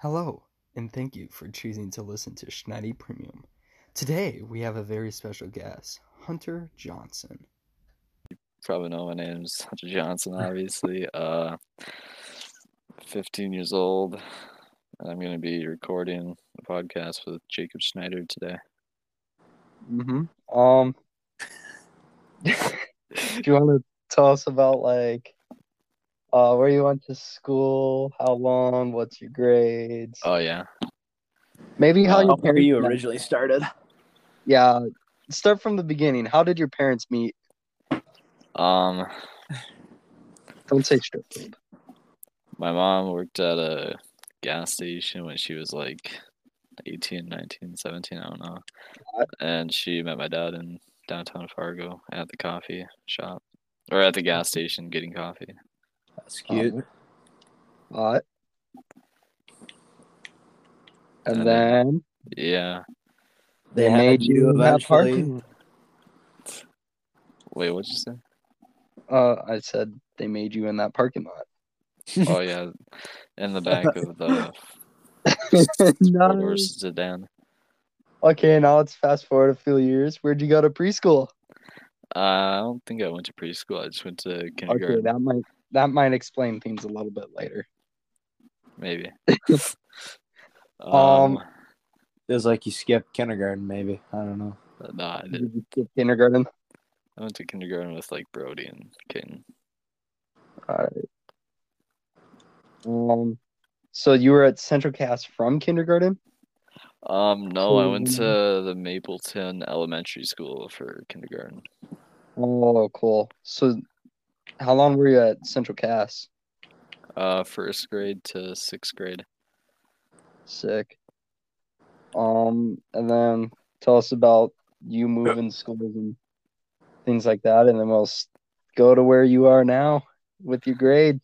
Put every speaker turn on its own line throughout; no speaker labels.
Hello, and thank you for choosing to listen to Schneidy Premium. Today, we have a very special guest, Hunter Johnson.
probably know my name's Hunter Johnson, obviously. Uh, 15 years old. And I'm going to be recording a podcast with Jacob Schneider today.
Mm-hmm. Um, do you want to tell us about like uh, where you went to school, how long, what's your grades,
Oh, yeah.
maybe how
uh,
your
where
parents
you
met.
originally started.
Yeah, start from the beginning. How did your parents meet?
Um,
Don't say strip club.
my mom worked at a gas station when she was like 18, 19, 17, I don't know. And she met my dad in downtown Fargo at the coffee shop or at the gas station getting coffee.
That's
cute.
cute.
Hot. And,
And then-
then
Yeah.
they
they
had
made
you
you have
eventually.
parking.
Wait, what'd you say?
Uh, I said they made you in that parking lot.
Oh yeah, in the back of the four
nice.
sedan.
Okay, now let's fast forward a few years. Where'd you go to preschool?
Uh, I don't think I went to preschool. I just went to
Okay,
kindergarten,
that might that might explain things a little bit later.
maybe.
Um,
It was like you skipped kindergarten, maybe. I don't know.
no, I didn't.
Did you skip kindergarten?
I went to kindergarten with like Brody and Kitten.
Um, so you were at Central Cast from kindergarten?
Um, no, I went
Um,
to the Mapleton Elementary School for kindergarten.
Oh, cool. So how long were you at Central Cast?
Uh, first grade to sixth grade.
Sick. Um, and then tell us about you moving schools and things like that, and then we'll s- go to where you are now with your grade.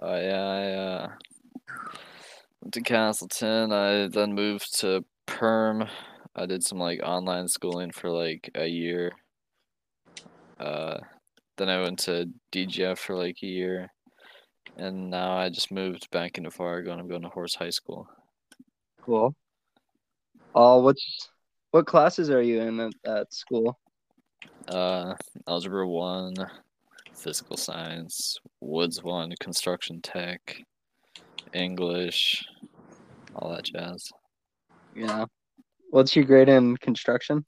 Uh, yeah, I uh, went to Castleton. I then moved to Perm. I did some like online schooling for like a year. Uh, then I went to DGF for like a year, and now I just moved back into Fargo, and I'm going to Horse High School.
Cool. Uh, what's what classes are you in at, at school?
Uh, Algebra one, Physical Science, Woods one, Construction Tech, English, all that jazz.
Yeah. What's your grade in construction?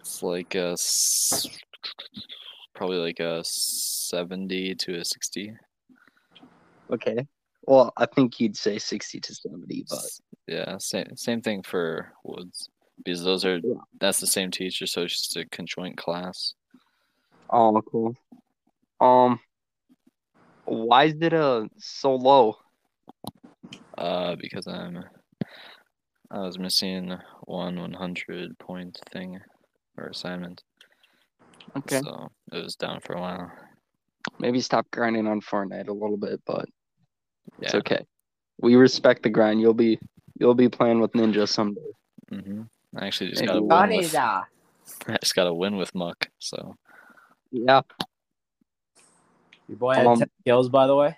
It's like a s- probably like a 70 to a 60.
Okay. Well, I think you'd say 60 to 70, but
S- yeah, same same thing for Woods because those are
Yeah.
that's the same teacher, so it's just a conjoint class.
oh, cool. Um, why is it uh, so low?
Uh, because I'm I was missing one 100 point thing or assignment,
Okay.
so it was down for a while.
Maybe stop grinding on Fortnite a little bit, but it's
Yeah.
okay. We respect the grind. You'll be you'll be playing with Ninja someday.
hmm I actually just
Maybe
got a win with, I just got a win with Muck, so
Yeah,
Your boy had
Um,
10 kills, by the way.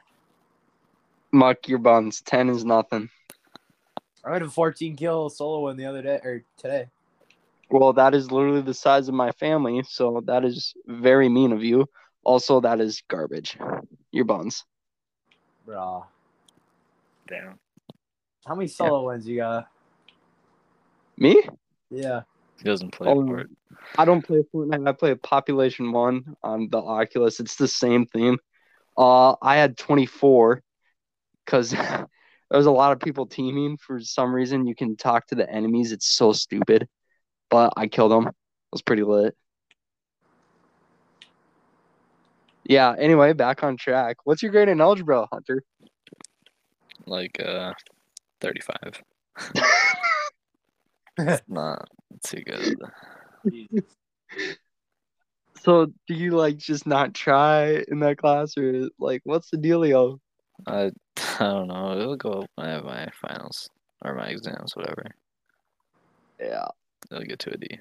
muck your buns. 10 is nothing.
I had a 14 kill solo win the other day or today.
Well, that is literally the size of my family, so that is very mean of you. Also, that is garbage. Your buns.
Bruh.
damn.
How many solo wins you got?
Me?
Yeah.
He doesn't play
Oh,
for it.
I don't play Fortnite. I play Population One on the Oculus. It's the same theme. Uh, I had 24 because there was a lot of people teaming. For some reason, you can talk to the enemies. It's so stupid, but I killed them. It was pretty lit. Yeah. Anyway, back on track. What's your grade in algebra, Hunter?
like uh 35 not too good
So, do you like just not try in that class, or like what's the dealio?
i i don't know it'll go up when I have my finals or my exams whatever
Yeah.
it'll get to a d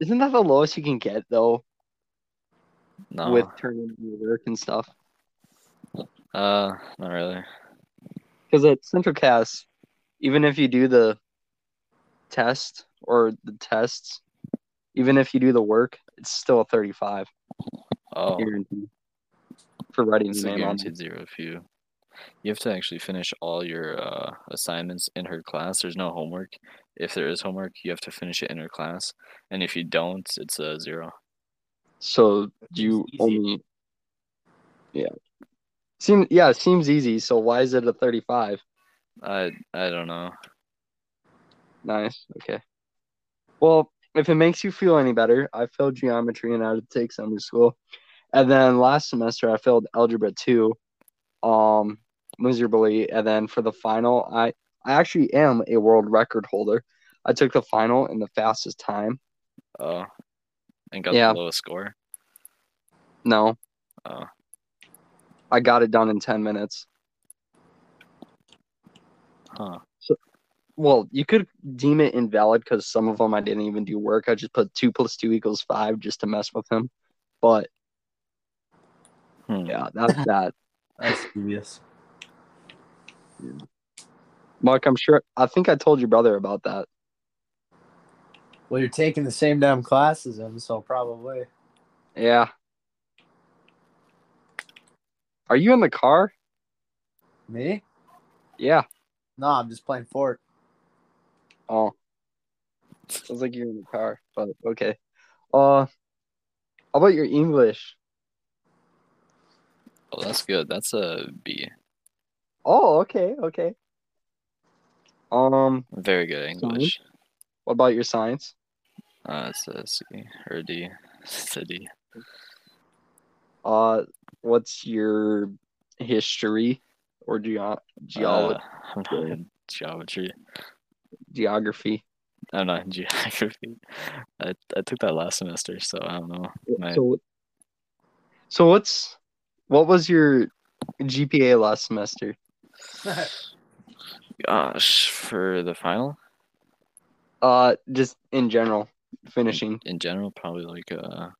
Isn't that the lowest you can get though?
no
with turning in your work and stuff.
uh not really
Because at Central Cast, even if you do the test or the tests, even if you do the work, it's still a 35
Oh,
guaranteed for writing
it's
the
a
name on it.
guaranteed zero if you. You have to actually finish all your uh, assignments in her class. There's no homework. If there is homework, you have to finish it in her class. And if you don't, it's a zero.
So you
easy.
only, yeah, seem yeah, it seems easy. So why is it a 35?
I I don't know.
Nice. Okay. Well, if it makes you feel any better, I failed geometry and I had to take summer school. And then last semester I failed algebra two, um, miserably. And then for the final, I I actually am a world record holder. I took the final in the fastest time.
Oh, and got
Yeah.
the lowest score.
No,
Oh,
I got it done in ten minutes.
huh.
Well, you could deem it invalid because some of them I didn't even do work. I just put two plus two equals five just to mess with him. But
Hmm.
yeah, that's that.
That's serious.
Mark, I'm sure. I think I told your brother about that.
Well, you're taking the same damn class as him, so probably.
Yeah. Are you in the car?
Me?
Yeah.
No, I'm just playing Fort.
Oh. Sounds like you're in the car, but okay. Uh, how about your English?
Oh, that's good. That's a B.
Oh, okay, okay. Um,
Very good English.
what about your science?
Uh, it's a C or a D. It's a D.
Uh, what's your history or geo geolo-
Uh, I'm not in geometry.
geography?
I'm not in geography. I, I took that last semester, so I don't know. My,
So, so what's what was your GPA last semester?
gosh, for the final
Uh, just in general,
in-
finishing.
in, general, probably like a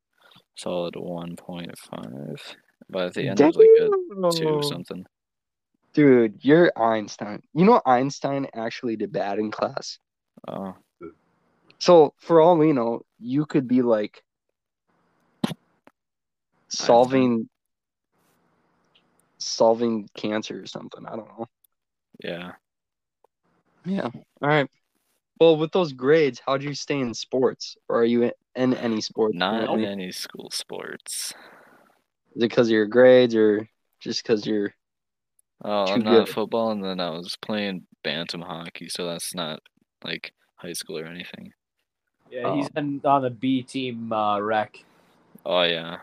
solid 1.5. But at the end, it was like a two
Damn.
or something.
Dude, you're Einstein. You know Einstein actually did bad in class.
Oh,
So for all we know, you could be like solving solving cancer or something. I don't know.
yeah.
Yeah. All right. Well, with those grades, how do you stay in sports? Or are you in any sports?
Not in
currently?
any school sports.
Is it because of your grades or just because you're
Oh,
Too
I'm not
good.
football, and then I was playing bantam hockey, so that's not like high school or anything.
Yeah, he's in, on the B team uh, rec.
Oh yeah,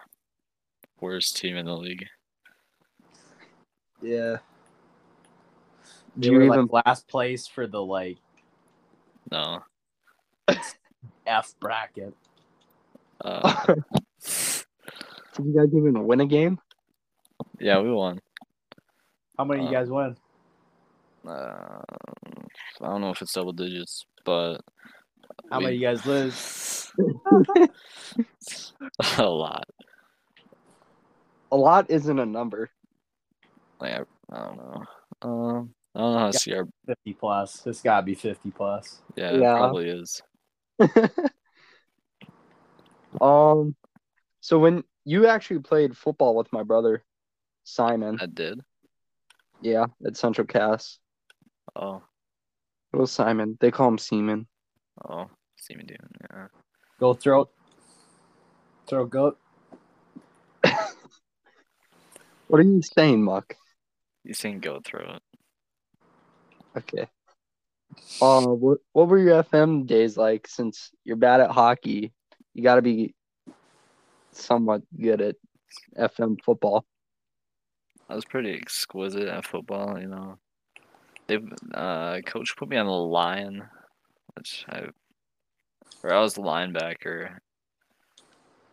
worst team in the league.
Yeah. They
Do you
were
even-
like last place for the like
No,
F bracket.
uh,
Did you guys even win a game?
yeah, we won.
How many you
Uh,
guys win?
Uh, I don't know if it's double digits, but
How many you guys lose?
a lot.
A lot isn't a number.
Like I, I don't know. Um, I don't know how to see our.
Fifty plus. It's gotta be fifty plus.
Yeah, it
Yeah.
probably is.
um so when you actually played football with my brother Simon,
I did.
yeah, at Central Cass.
Oh,
Little Simon. They call him Seaman.
oh, see me doing. Yeah.
Go throat. Throat goat.
What are you saying, Muck?
You saying go through it?
Okay. Uh, what what were your FM days like since you're bad at hockey? You gotta be somewhat good at FM football.
I was pretty exquisite at football, you know. They uh coach put me on the line, which I or I was the linebacker.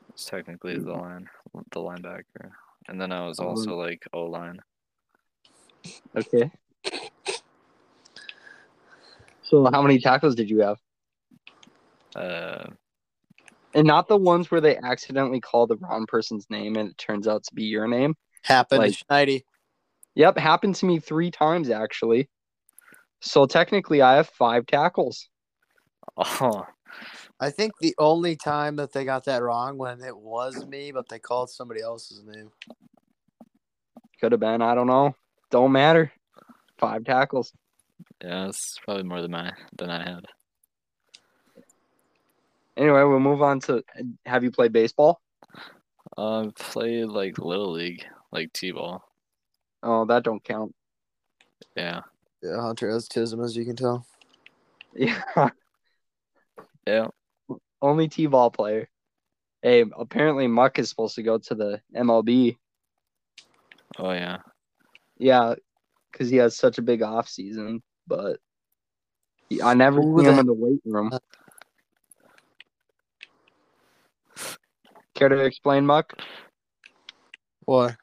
It's technically the line the linebacker. And then I was
Oh.
also like O line.
Okay. So how many tackles did you have?
Uh
And not the ones where they accidentally call the wrong person's name and it turns out to be your name.
Happened
Like-
to Schneidy.
Yep, happened to me three times actually. So technically, I have five tackles.
Oh,
I think the only time that they got that wrong when it was me, but they called somebody else's name.
Could have been. I don't know. Don't matter. Five tackles.
yeah, that's probably more than I than I had.
Anyway, we'll move on to. Have you played baseball?
Um, played like little league, like t-ball.
Oh, that don't count.
Yeah,
Yeah, Hunter has tism, as you can tell.
Yeah.
yeah.
Only t-ball player. Hey, apparently Muck is supposed to go to the MLB.
Oh yeah.
Yeah, because he has such a big off season. But he- I never
Who
see him
the-
in the weight room. Care to explain, Muck?
What?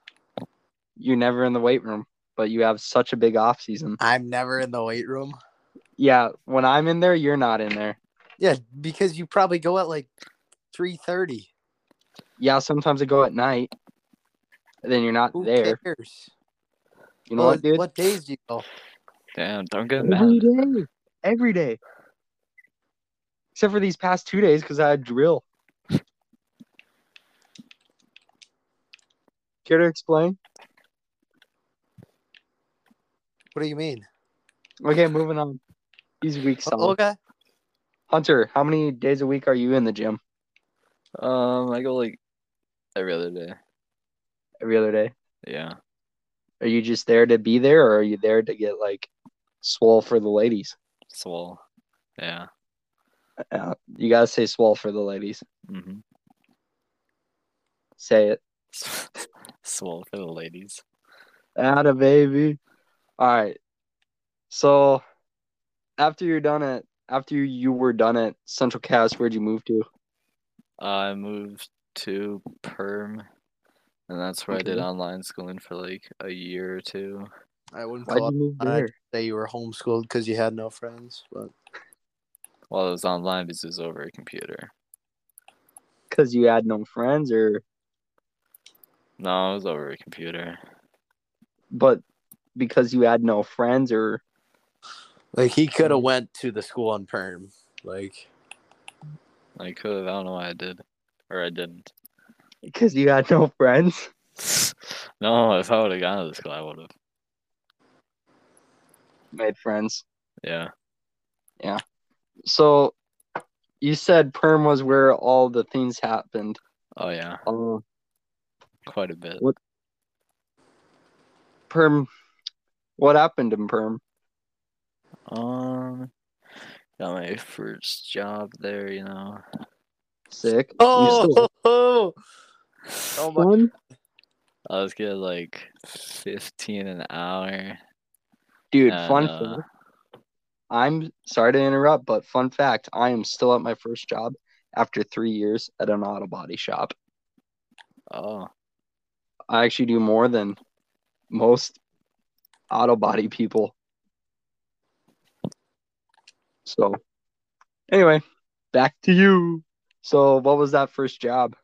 You're never in the weight room, but you have such a big off season.
I'm never in the weight room.
Yeah, when I'm in there, you're not in there.
Yeah, because you probably go at like three thirty.
Yeah, sometimes I go at night. and Then you're not
Who
there.
cares?
You know
Well,
what, dude?
What days do you go?
Damn, don't get
Every
mad.
day. Every day. Except for these past two days because I had drill. Care to explain?
What do you mean?
Okay, moving on. These weeks.
Oh, okay.
Hunter, how many days a week are you in the gym
Um, I go like every other day.
every other day?
Yeah.
Are you just there to be there or are you there to get like swole for the ladies?
Swole. Yeah.
Uh, you got to say swole for the ladies.
Mm-hmm.
Say it.
Swole for the ladies.
Atta baby. All right. So after you're done at after you were done at Central Cast, where'd you move to?
I moved to Perm, and that's where I did
Okay.
online schooling for like a year or two.
I wouldn't
Why'd
call
you
it
move
I-
there?
say you were homeschooled because you had no friends, but
Well, it was online because it was over a computer.
Because you had no friends or
No, it was over a computer.
but because you had no friends or
like he could
Mm.
have went to the school on perm. Like
I could have. I don't know why I did, or I didn't.
because you had no friends?
no, if I would have gone to the school, I would have.
Made friends.
Yeah.
So you said perm was where all the things happened.
Oh yeah,
Uh,
quite a bit.
perm what happened in Perm?
Um, got my first job there. You know.
Sick. You
oh,
still-
oh, my!
One?
I was getting like fifteen an hour.
Dude,
and,
fun
uh,
fact. I'm sorry to interrupt, but fun fact, I am still at my first job after three years at an auto body shop.
Oh,
I actually do more than most auto body people. So, anyway, back to you. So, what was that first job?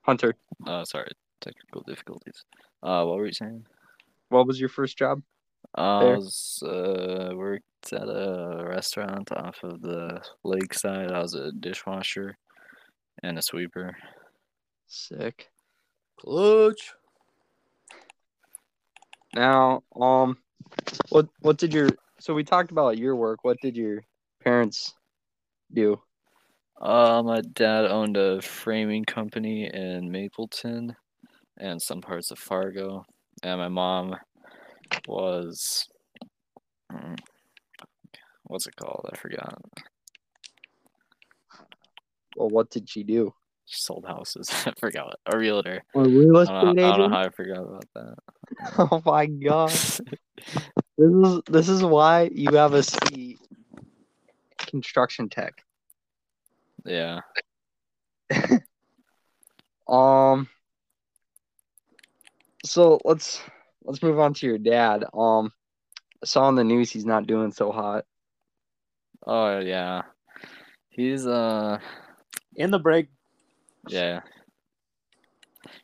Hunter,
oh, sorry, technical difficulties. Uh, what were you saying?
what was your first job?
Uh, I
Fair.
was uh worked at a restaurant off of the lakeside. I was a dishwasher and a sweeper.
Sick.
Clutch.
Now, um, what what did your so we talked about your work. What did your parents do?
Uh, my dad owned a framing company in Mapleton and some parts of Fargo. And my mom was. mm, What's it called? I forgot.
Well, what did she do?
She sold houses. I forgot. what- A realtor.
A real
I don't, know, I don't know how I forgot about that.
Oh my god. This is this is why you have a C construction tech.
yeah.
Um so let's let's move on to your dad. Um I saw on the news he's not doing so hot.
Oh, yeah. He's, uh,
In the break.
yeah.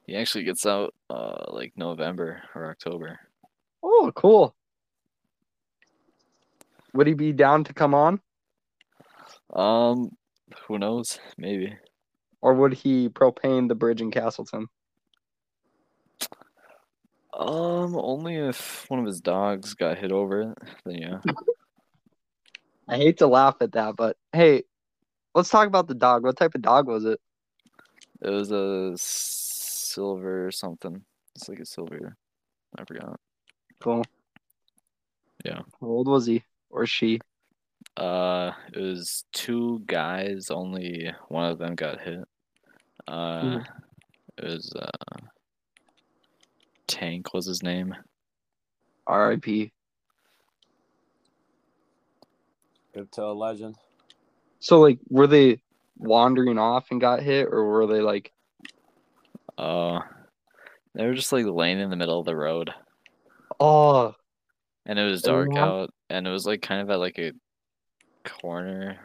He actually gets out uh like November or October.
Oh, cool. Would he be down to come on,
Um, who knows? Maybe.
or would he propane the bridge in Castleton?
Um, only if one of his dogs got hit over it, then yeah.
I hate to laugh at that, but hey, let's talk about the dog. What type of dog was it?
It was a silver something. It's like a silver. I forgot.
Cool.
Yeah.
How old was he or she?
Uh, it was two guys. Only one of them got hit. Uh,
Mhm.
it was uh, Tank was his name.
R.I.P.
Good to a legend.
So like, were they wandering off and got hit, or were they like,
Uh, they were just like laying in the middle of the road,
oh,
and it was
Oh,
dark
yeah.
out, and it was like kind of at like a corner.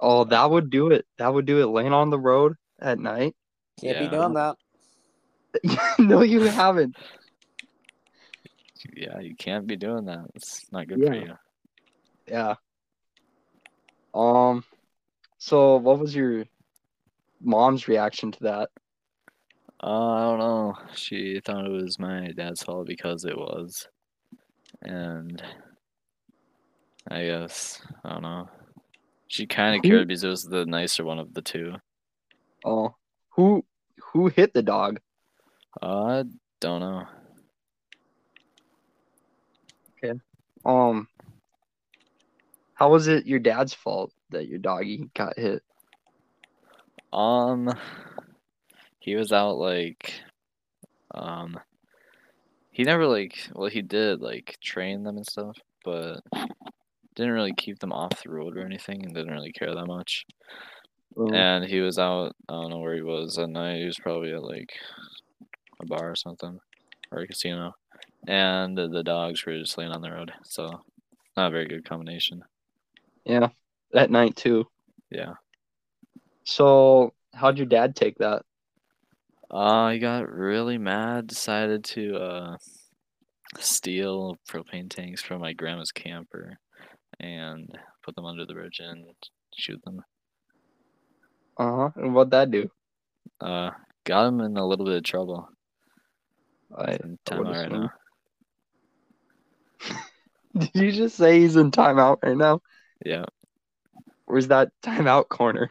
oh, that would do it. That would do it. Laying on the road at night.
Can't
Yeah.
be doing that.
no, you haven't.
Yeah, you can't be doing that. It's not good for
Yeah.
you.
Yeah. Um. So, what was your mom's reaction to that?
Uh, I don't know. She thought it was my dad's fault because it was, and I guess I don't know. She kind of
Who-
cared because it was the nicer one of the two.
Oh, who who hit the dog?
Uh, I don't know.
Um, how was it your dad's fault that your doggy got hit?
Um, he was out like, um, he never like, well, he did like train them and stuff, but didn't really keep them off the road or anything and didn't really care that much.
Um,
And he was out, I don't know where he was at night. He was probably at like a bar or something or a casino. And the, the dogs were just laying on the road, so not a very good combination.
Yeah, that night too.
Yeah.
So, how'd your dad take that?
Uh, he got really mad, decided to uh steal propane tanks from my grandma's camper and put them under the bridge and shoot them.
Uh huh. And what'd that do?
Uh, got him in a little bit of trouble.
I,
He's in timeout
would've
right
seen.
now.
did you just say he's in timeout right now?
Yeah.
Where's that timeout corner?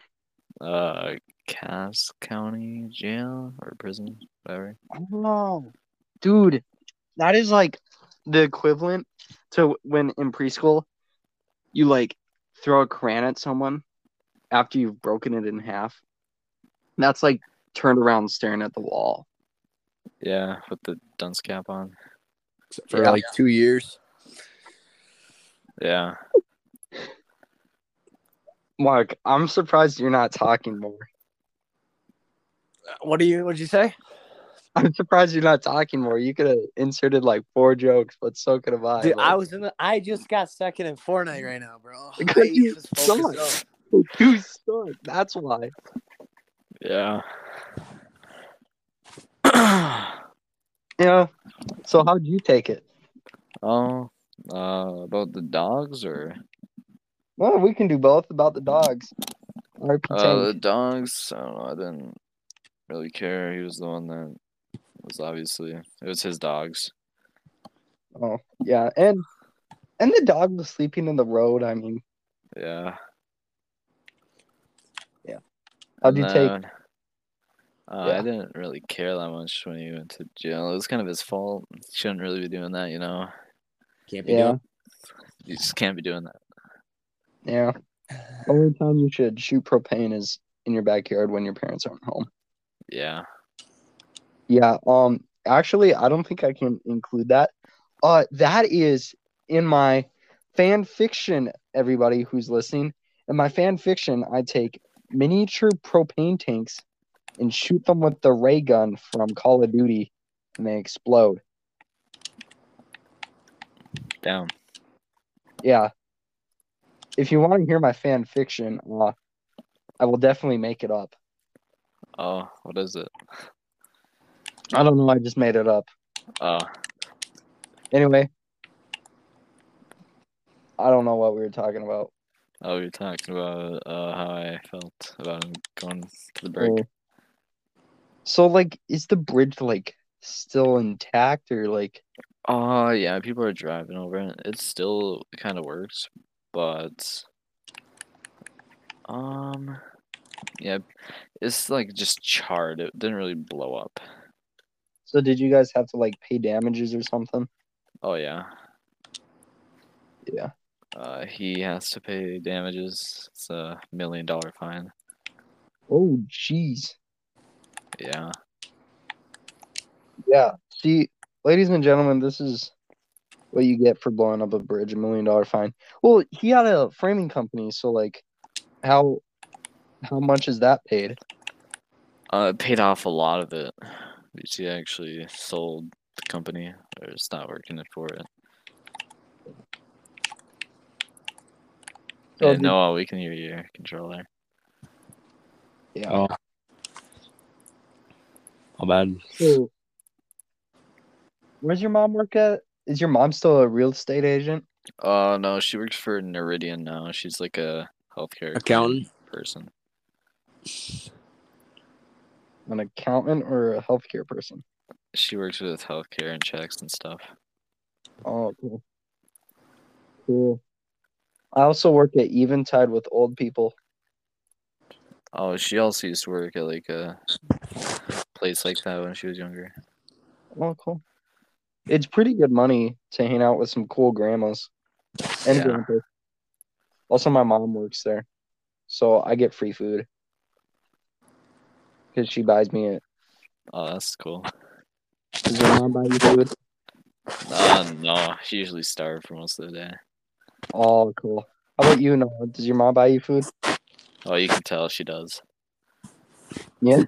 Uh, Cass County Jail or prison, whatever.
Oh, dude, that is like the equivalent to when in preschool you like throw a crayon at someone after you've broken it in half. That's like turned around and staring at the wall.
Yeah, with the dunce cap on.
For
Yeah.
like two years.
Yeah.
Mark, I'm surprised you're not talking more.
Uh, What do you? What'd you say?
I'm surprised you're not talking more. You could have inserted like four jokes, but so could have I.
Dude,
like-
I was in the. I just got second in Fortnite right now, bro.
Because
I
you
just focused
suck.
up.
You suck. That's why.
Yeah.
Yeah. So how'd you take it?
Oh, uh, about the dogs or?
Well, we can do both about the dogs. RP
Uh, the dogs. I don't know. I didn't really care. He was the one that was obviously it was his dogs.
Oh yeah, and and the dog was sleeping in the road. I mean,
Yeah.
Yeah.
How'd
And
you take-
then, Uh, I
Yeah.
didn't really care that much when he went to jail. It was kind of his fault. Shouldn't really be doing that, you know.
Can't be
yeah,
doing.
You just can't be doing that.
yeah. Only time you should shoot propane is in your backyard when your parents aren't home.
Yeah.
Yeah. Um. Actually, I don't think I can include that. Uh, that is in my fan fiction. Everybody who's listening, in my fan fiction, I take miniature propane tanks and shoot them with the ray gun from Call of Duty, and they explode.
Damn.
Yeah. If you want to hear my fan fiction, uh, I will definitely make it up.
Oh, what is it?
I don't know. I just made it up.
Oh,
Anyway, I don't know what we were talking about.
oh, you're talking about uh, how I felt about him going to the break.
Or- So, like, is the bridge like still intact or like?
Oh, yeah, people are driving over it. It still kind of works, but um, yeah, it's like just charred. It didn't really blow up.
So, did you guys have to like pay damages or something?
Oh yeah,
Yeah.
uh, he has to pay damages. It's a million dollar fine.
Oh, jeez.
Yeah,
Yeah. See, ladies and gentlemen, this is what you get for blowing up a bridge—a million dollar fine. Well, he had a framing company, so like, how how much is that paid?
uh, it paid off a lot of it. because He actually sold the company, or it's not working for it.
So
Hey,
did-
Noah, we can hear your controller.
Yeah.
Oh. Oh, bad.
So, where's your mom work at? Is your mom still a real estate agent?
Oh no, she works for Neridian now. She's like a healthcare
Accountant.
person.
An accountant or a healthcare person?
She works with healthcare and checks and stuff.
Oh, cool. Cool. I also work at Eventide with old people.
Oh, she also used to work at like a place like that when she was younger.
Oh, cool. It's pretty good money to hang out with some cool grandmas and
Yeah.
grandpas. Also, my mom works there, so I get free food because she buys me it.
Oh, that's cool.
Does your mom buy you food?
Uh, no, she usually starved for most of the day.
Oh, cool. How about you, Noah? Does your mom buy you food?
Oh, you can tell she does.
Yeah.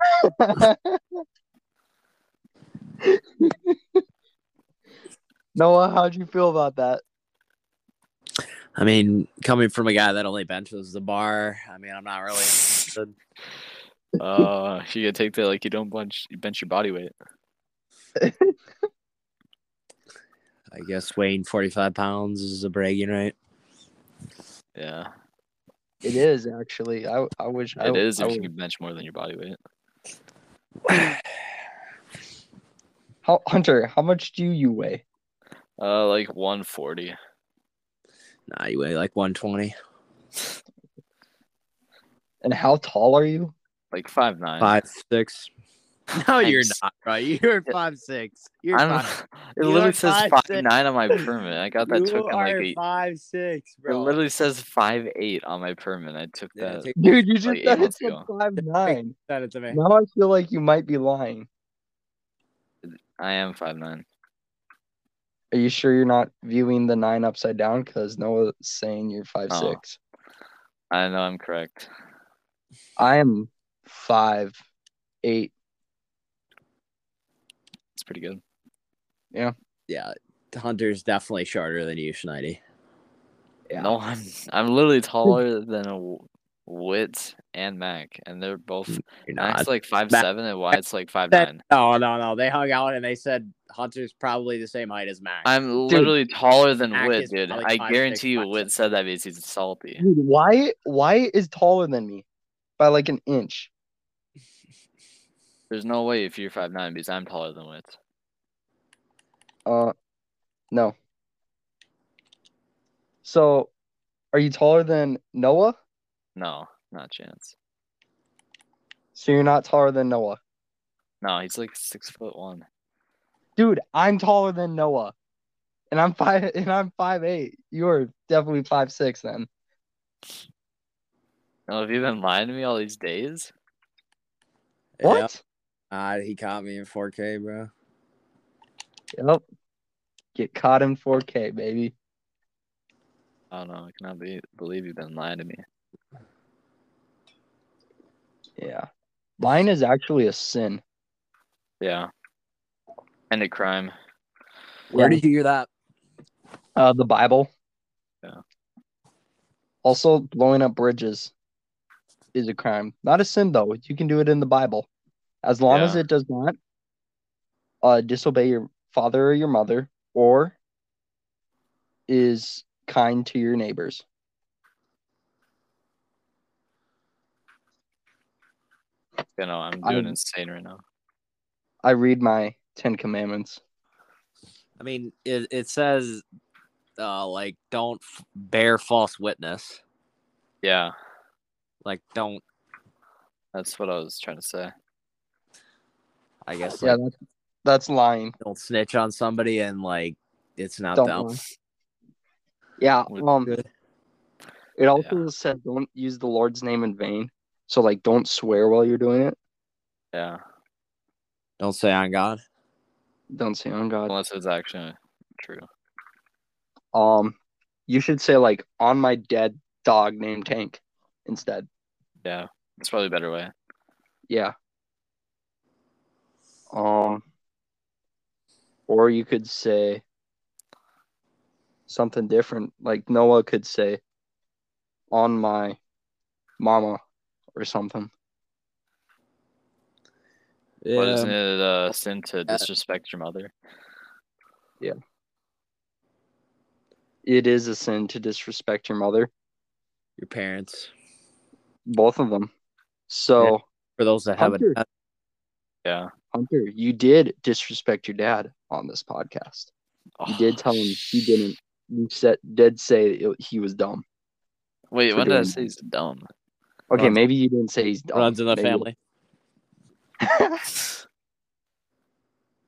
Noah, how'd you feel about that?
I mean, coming from a guy that only benches the bar, I mean, I'm not really. interested.
Uh, you gotta take that like you don't bunch you bench your body weight.
I guess weighing 45 pounds is a bragging right.
Yeah,
It is actually. I I wish I
it is
I
if you
would-
can bench more than your body weight.
How Hunter, how much do you weigh?
Uh, like 140.
Nah, you weigh like 120,
And how tall are you?
Like five nine.
five, six. No, you're
Thanks.
not, right? You're five, six. You're
I don't.
five.
It
You
literally
are
says
five
five
six.
nine on my permit. I got that
you
took in like
are
a.
five, six,
It
bro.
literally says five eight on my permit. I took
Yeah,
that.
take
Dude, you just
Like eight
said it's
months
like
ago.
five nine.
that to me.
Now I feel like you might be lying.
I am five nine.
Are you sure you're not viewing the nine upside down? Because Noah's saying you're five
Oh.
six.
I know I'm correct.
I am five eight.
It's pretty good.
Yeah, Hunter's definitely shorter than you, Schneidy.
Yeah.
No, I'm I'm literally taller than a w- Wit and Mac, and they're both
You're
Mac's
not.
like five
Mac-
seven and Wyatt's like five
That-
nine.
No, no, no. They hung out and they said Hunter's probably the same height as Max.
I'm literally taller than
Mac
Wit,
is
dude.
probably
I
five, six,
guarantee you,
five,
Wit
six.
said that because he's salty.
Dude, why why is taller than me by like an inch?
There's no way if you're five nine because I'm taller than Wit.
Uh, no. So, are you taller than Noah?
No, not a chance.
So you're not taller than Noah,
No, he's like six foot one.
dude. I'm taller than Noah, and I'm five and I'm five eight. You are definitely five six then.
No, have you been lying to me all these days?
Yeah.
What?
Uh, he caught me in 4K, bro.
Yep. Get caught in 4K, baby.
I don't know. I cannot be, believe you've been lying to me.
Yeah. Lying is actually a sin.
Yeah. And a crime.
Where
Yeah.
did you hear that?
Uh, the Bible.
Yeah.
Also, blowing up bridges is a crime. Not a sin, though. You can do it in the Bible. As long as
Yeah.
it does not uh, disobey your father or your mother, or is kind to your neighbors.
You know, I'm
I'm-
doing insane right now.
I read my Ten Commandments.
I mean, it, it says uh, like don't f- bear false witness.
Yeah,
Like don't.
that's what I was trying to say.
I guess
Yeah,
like,
that's, that's lying.
don't snitch on somebody and like it's not
Don't
them.
lie. Yeah,
Would-
um, it also
Yeah.
said don't use the Lord's name in vain. So like, don't swear while you're doing it.
Yeah,
Don't say on God.
Don't say on God.
unless it's actually true.
Um, you should say like on my dead dog named Tank instead.
Yeah, it's probably a better way.
Yeah. Um, or you could say something different. Like Noah could say, "On my mama," or something.
Yeah.
But isn't it uh, sin to disrespect your mother?
It is a sin to disrespect your mother,
your parents.
both of them. So,
For those that haven't, uh,
Hunter.
Yeah.
Hunter, you did disrespect your dad on this podcast.
Oh,
You did tell him he didn't. You said did say it, he was dumb.
Wait,
for
when did I
doing
say he's dumb?
Okay,
Runs-
maybe you didn't say he's dumb.
runs in the
Maybe-
family.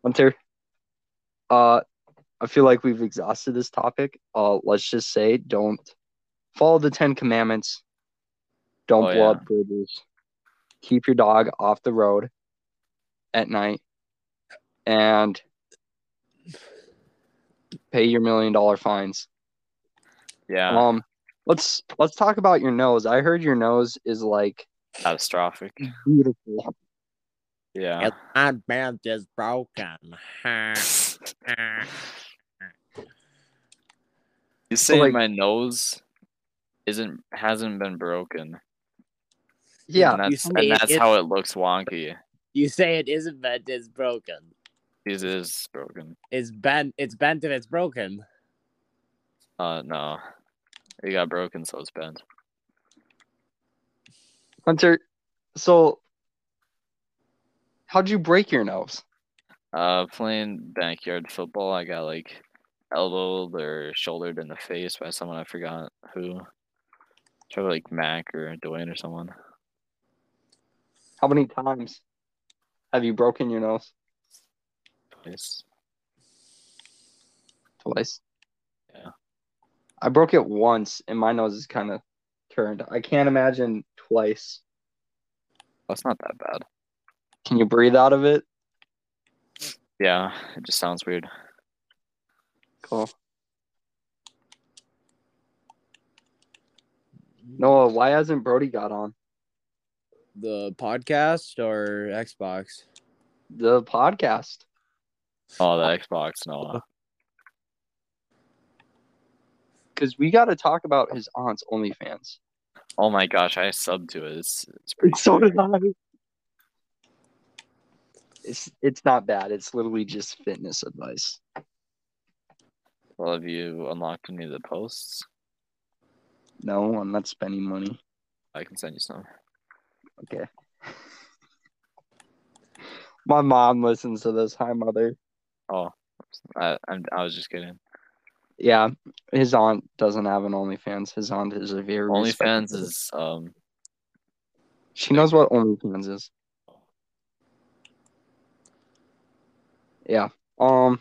Hunter, uh, I feel like we've exhausted this topic. Uh, let's just say don't follow the Ten Commandments. Don't
Oh,
blow
yeah.
up bridges. Keep your dog off the road at night, and pay your million dollar fines.
Yeah,
Um, let's let's talk about your nose. I heard your nose is like
catastrophic.
beautiful.
Yeah.
It's not bad, just broken.
You say
like-
my nose isn't hasn't been broken.
Yeah,
and that's,
say
and that's
it-
how it looks wonky.
you say it isn't bent, it's broken.
It is broken.
It's bent, it's bent, and it's broken.
Uh, no, it got broken, so it's bent.
Hunter. So, how'd you break your nose?
Uh, playing backyard football, I got like elbowed or shouldered in the face by someone I forgot who. Probably like Mac or Dwayne or someone.
How many times have you broken your nose?
Twice.
Twice.
Yeah.
I broke it once, and my nose is kind of turned. I can't imagine twice.
That's not that bad.
Can you breathe out of it?
Yeah, it just sounds weird.
Cool. Noah, why hasn't Brody got on
The podcast or Xbox?
the podcast?
Oh, the Xbox, no.
Because we got to talk about his aunt's OnlyFans.
Oh my gosh, I subbed to it. It's, it's pretty
So
sweet.
did I. It's it's not bad. It's literally just fitness advice.
Well, have you unlocked any of the posts?
No, I'm not spending money.
I can send you some.
Okay. My mom listens to this. Hi, mother.
I I'm, I was just kidding.
Yeah, his aunt doesn't have an OnlyFans. His aunt is a very
OnlyFans
respectable-
is um
She knows what OnlyFans is. Yeah. Um,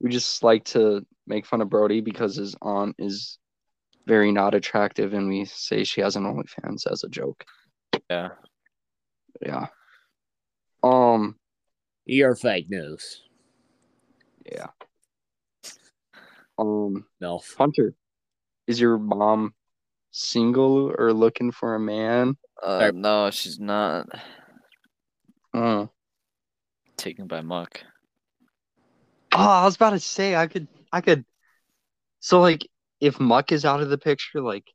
we just like to make fun of Brody because his aunt is very not attractive, and we say she has an OnlyFans as a joke.
yeah.
Yeah. Um.
You're fake news.
Yeah. Um.
No.
Hunter, is your mom single or looking for a man?
Uh, no, she's not
Uh,
taken by muck.
oh, I was about to say I could, I could. So like, if Muck is out of the picture, like,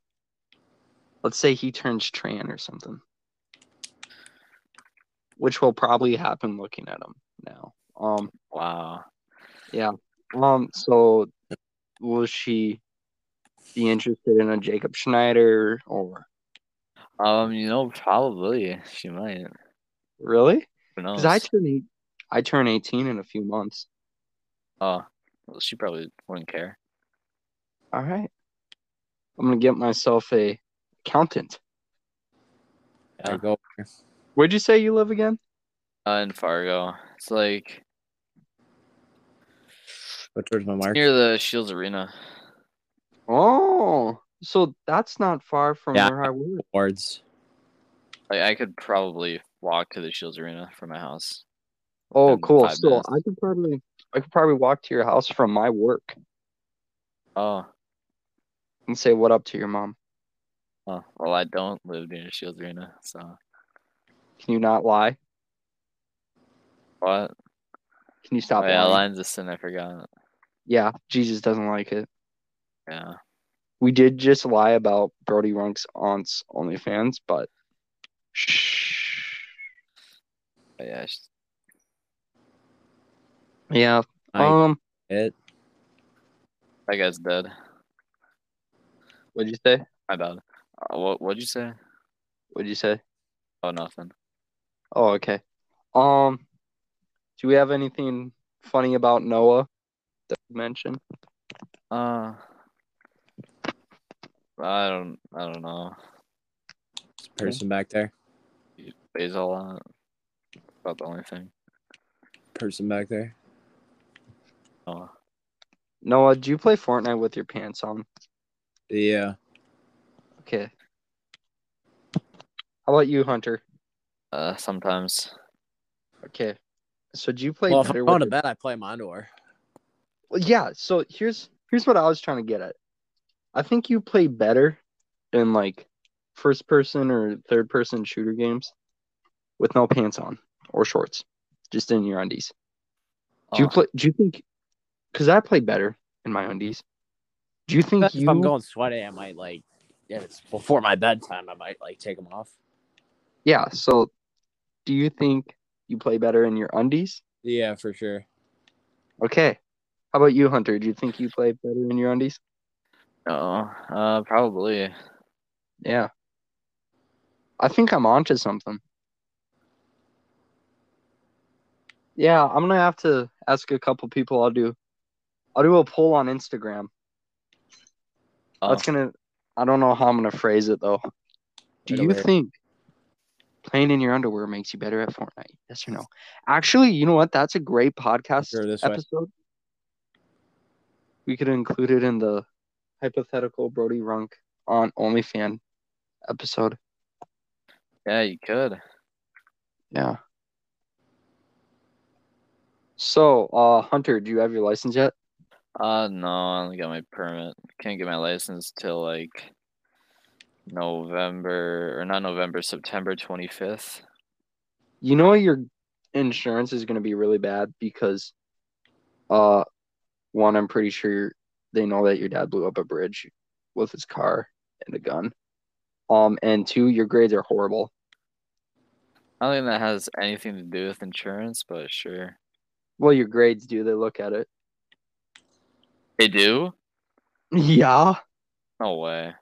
let's say he turns Tran or something, which will probably happen looking at him now. Um,
Wow.
um. So, will she be interested in a Jacob Schneider or
Um, you know, probably she might.
really?
Who knows?
Because I turn eight, I turn eighteen in a few months.
oh, well, she probably wouldn't care.
All right, I'm gonna get myself a accountant.
I
Yeah.
go
Where'd you say you live again?
Uh, in Fargo, it's like
go towards my mark.
near the Shields Arena.
Oh, so that's not far from
Yeah.
where I work.
Awards.
Like I could probably walk to the Shields Arena from my house.
Oh,
in
cool.
five
So
minutes.
I could probably I could probably walk to your house from my work
Oh,
and say what up to your mom.
oh, well, I don't live near Shields Arena, so
Can you not lie?
what?
Can you stop
oh, yeah,
lying?
lines of sin. I forgot.
Yeah, Jesus doesn't like it.
Yeah,
We did just lie about Brody Runk's aunt's OnlyFans, but shh.
but yeah. She,
Yeah.
I
um,
it.
that guy's dead.
what'd you say?
My bad. Uh, what? What'd you say?
What'd you say?
Oh, nothing.
Oh, okay. Um, do we have anything funny about Noah that we mentioned?
Uh, I don't. I don't know.
This person back there.
He plays a lot. About the only thing.
Person back there.
Oh,
Noah, do you play Fortnite with your pants on?
Yeah.
Okay. How about you, Hunter?
uh, sometimes.
Okay. So do you play
Well, if
better
I'm
with
going to
your-
bed, I play my underwear.
Well, yeah, so here's here's what I was trying to get at. I think you play better in like first person or third person shooter games with no pants on or shorts, just in your undies. Do you
Oh,
play do you think cuz I play better in my undies. Do you think
If
you
I'm going sweaty, I might like. If it's before my bedtime, I might like take them off.
Yeah, so do you think you play better in your undies?
Yeah, for sure.
Okay. How about you, Hunter? Do you think you play better in your undies?
No. Uh, probably.
Yeah. I think I'm onto something. Yeah, I'm gonna have to ask a couple people. I'll do, I'll do a poll on Instagram.
Oh,
That's gonna. I don't know how I'm gonna phrase it though. Do
Right
you
away.
think playing in your underwear makes you better at Fortnite? Yes or no? Actually, you know what? That's a great podcast
Sure, this way.
episode. We could include it in the hypothetical Brody Runk on OnlyFan episode.
yeah, you could.
Yeah. So, uh, Hunter, do you have your license yet?
Uh, no, I only got my permit. Can't get my license till like November or not November, September twenty fifth.
You know your insurance is going to be really bad because, uh, one, I'm pretty sure they know that your dad blew up a bridge with his car and a gun. Um, and two, your grades are horrible.
I don't think that has anything to do with insurance, but sure.
Well, your grades do. They look at it.
They do?
Yeah.
No way.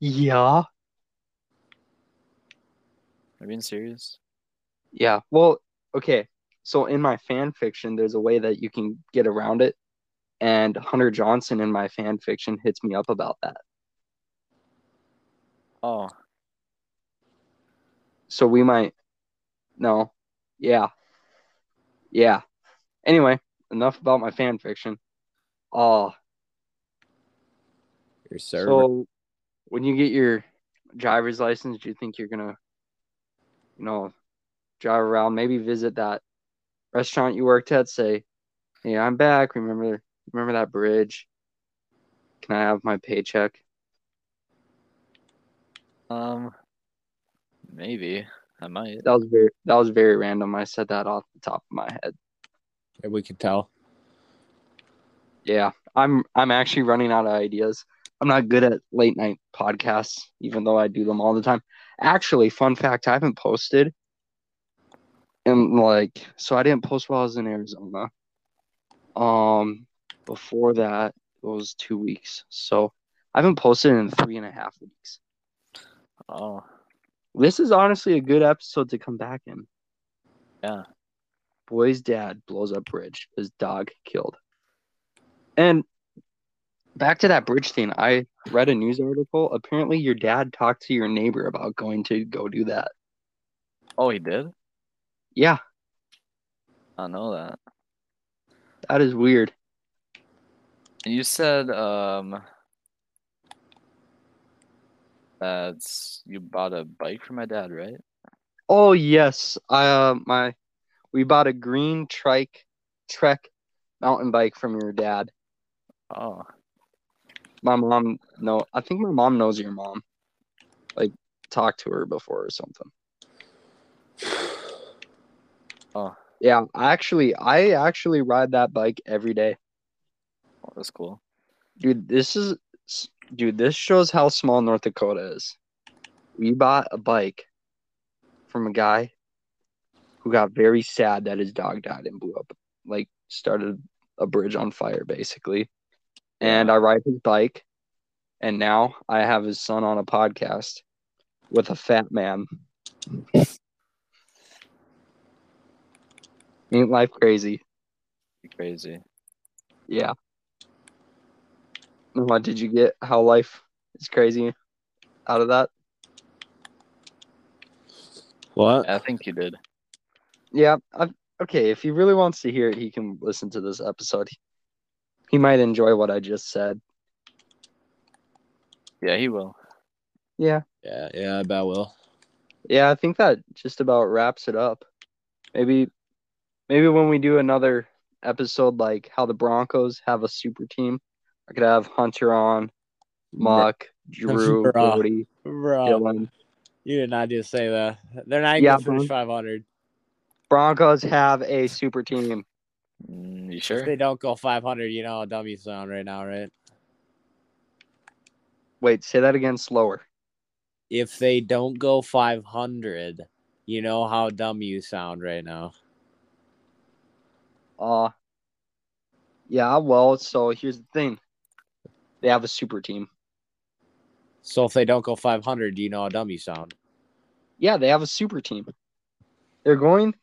Yeah.
Are you being serious?
Yeah. Well, okay. So in my fan fiction, there's a way that you can get around it. And Hunter Johnson in my fan fiction hits me up about that.
Oh,
So we might. No. Yeah. Yeah. Anyway, enough about my fan fiction. Uh,
Your server.
so when you get your driver's license, do you think you're going to, you know, drive around, maybe visit that restaurant you worked at, say, hey, I'm back. Remember, remember that bridge? Can I have my paycheck?
um, maybe I might.
That was very, that was very random. I said that off the top of my head.
If we could tell.
Yeah, I'm I'm actually running out of ideas. I'm not good at late night podcasts, even though I do them all the time. Actually, fun fact, I haven't posted and like so I didn't post while I was in Arizona. Um, before that it was two weeks, so I haven't posted in three and a half weeks.
Oh,
This is honestly a good episode to come back in.
Yeah.
Boy's dad blows up bridge. His dog killed. And back to that bridge thing, I read a news article. Apparently, your dad talked to your neighbor about going to go do that.
oh, he did.
Yeah,
I know that.
that is weird.
And you said um, that's you bought a bike for my dad, right?
Oh yes, I uh, my we bought a green trike trek mountain bike from your dad.
Oh,
My mom, no, I think my mom knows your mom. Like, talked to her before or something.
oh,
Yeah, I actually, I actually ride that bike every day,
well, that's cool.
dude. This is, dude. This shows how small North Dakota is. We bought a bike from a guy who got very sad that his dog died and blew up, like started a bridge on fire, basically. And I ride his bike, and now I have his son on a podcast with a fat man. Ain't life crazy?
Crazy.
Yeah. And What did you get? How life is crazy out of that?
What?
I think you did.
Yeah. i okay. If he really wants to hear it, he can listen to this episode. He might enjoy what I just said.
Yeah, he will.
Yeah.
Yeah, yeah, I bet will.
Yeah. I think that just about wraps it up. Maybe, maybe when we do another episode, like how the Broncos have a super team, I could have Hunter on, Muck, Drew,
Bruh.
Brody,
Bro,
Dylan.
you did not just say that. They're not even
Yeah,
gonna finish
bro.
500.
Broncos have a super team.
Mm, you
If they
sure?
don't go 500, you know how dumb you sound right now, right?
Wait, say that again slower.
If they don't go 500, you know how dumb you sound right now.
Uh yeah, well, so here's the thing. They have a super team.
So if they don't go 500, do you know how dumb you sound?
Yeah, they have a super team. They're going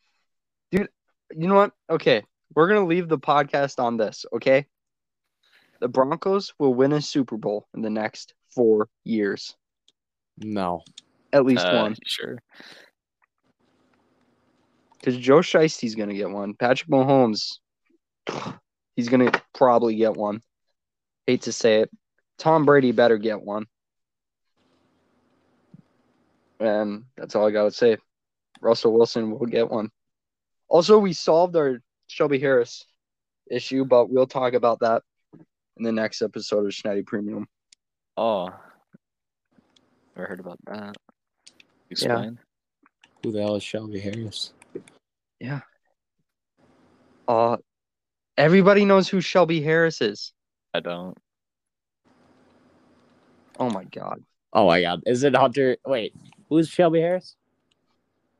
Dude, you know what? Okay, we're going to leave the podcast on this, okay? The Broncos will win a Super Bowl in the next 4 years.
No.
At least
Uh,
one.
you Sure.
Cuz Joe Shiesty's going to get one. Patrick Mahomes he's going to probably get one. Hate to say it. Tom Brady better get one. And that's all I got to say. Russell Wilson will get one. Also, we solved our Shelby Harris issue, but we'll talk about that in the next episode of Schneidy Premium.
Oh, never heard about that. Explain.
Who the hell is Shelby Harris?
Uh, everybody knows who Shelby Harris is.
I don't.
Oh my God.
Oh my god. Is it Hunter? Wait, who's Shelby Harris?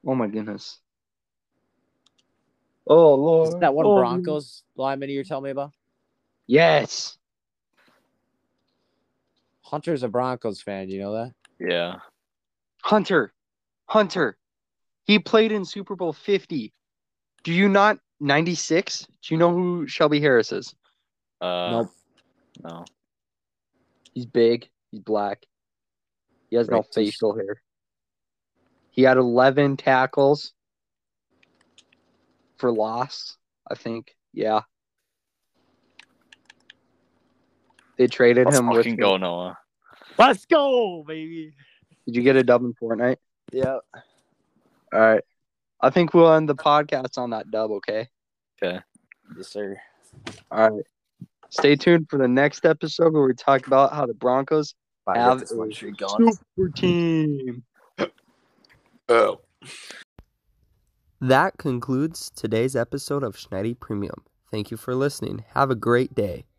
Oh my goodness. Oh, Lord.
Is that one
Oh,
Broncos lineman you were telling me about?
Yes.
Hunter's a Broncos fan, you know that?
Yeah.
Hunter, Hunter, he played in Super Bowl 50. Do you not 96? Do you know who Shelby Harris is?
Uh,
Nope.
No.
He's big, he's black. He has no
Racist.
facial hair. He had 11 tackles for loss, I think. Yeah. They traded
Let's
him with
fucking go, Noah.
Let's go, baby.
Did you get a dub in Fortnite?
Yeah.
All right. I think we'll end the podcast on that dub, okay?
Yes, sir.
All right. Stay tuned for the next episode where we talk about how the Broncos Have a super team.
That concludes today's episode of Schneidy Premium. Thank you for listening. Have a great day.